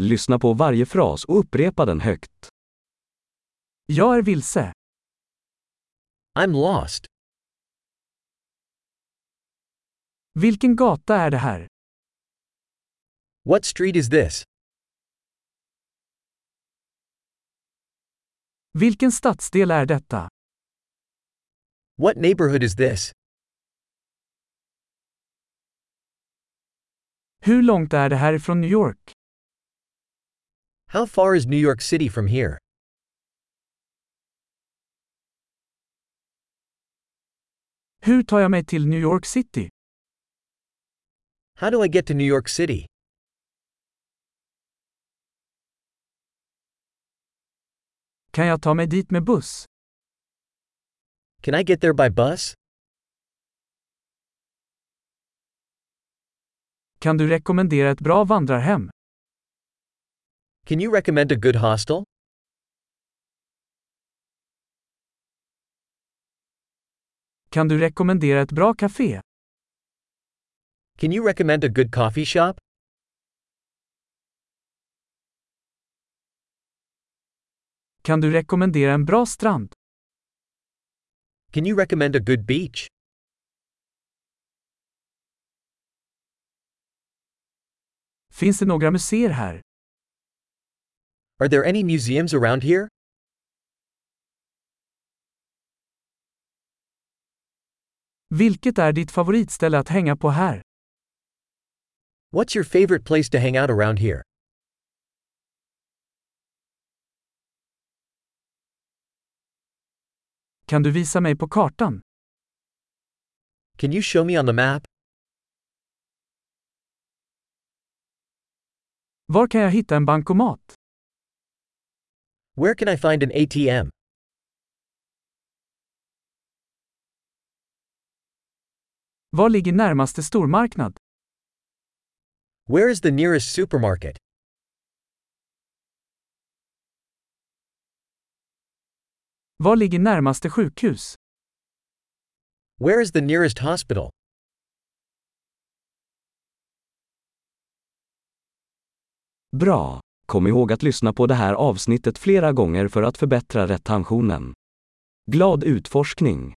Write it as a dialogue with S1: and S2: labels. S1: Lyssna på varje fras och upprepa den högt.
S2: Jag är vilse.
S3: I'm lost.
S2: Vilken gata är det här?
S3: What street is this?
S2: Vilken stadsdel är detta?
S3: What neighborhood is this?
S2: Hur långt är det här ifrån New York?
S3: How far is New York City from here?
S2: Hur tar jag mig till New York City?
S3: How do I get to New York City?
S2: Kan jag ta mig dit med buss?
S3: Can I get there by bus?
S2: Kan du rekommendera ett bra vandrarhem?
S3: Can you recommend a good hostel?
S2: Kan du rekommendera ett bra café?
S3: Can you recommend a good coffee shop?
S2: Kan du rekommendera en bra strand?
S3: Can you recommend a good beach?
S2: Finns det några museer här?
S3: Are there any museums around here?
S2: Vilket är ditt favoritställe att hänga på här?
S3: What's your favorite place to hang out around here?
S2: Kan du visa mig på kartan?
S3: Can you show me on the map?
S2: Var kan jag hitta en bankomat?
S3: Where can I find an ATM?
S2: Var ligger närmaste stormarknad?
S3: Where is the nearest supermarket?
S2: Var ligger närmaste sjukhus?
S3: Where is the nearest hospital?
S1: Bra! Kom ihåg att lyssna på det här avsnittet flera gånger för att förbättra retentionen. Glad utforskning!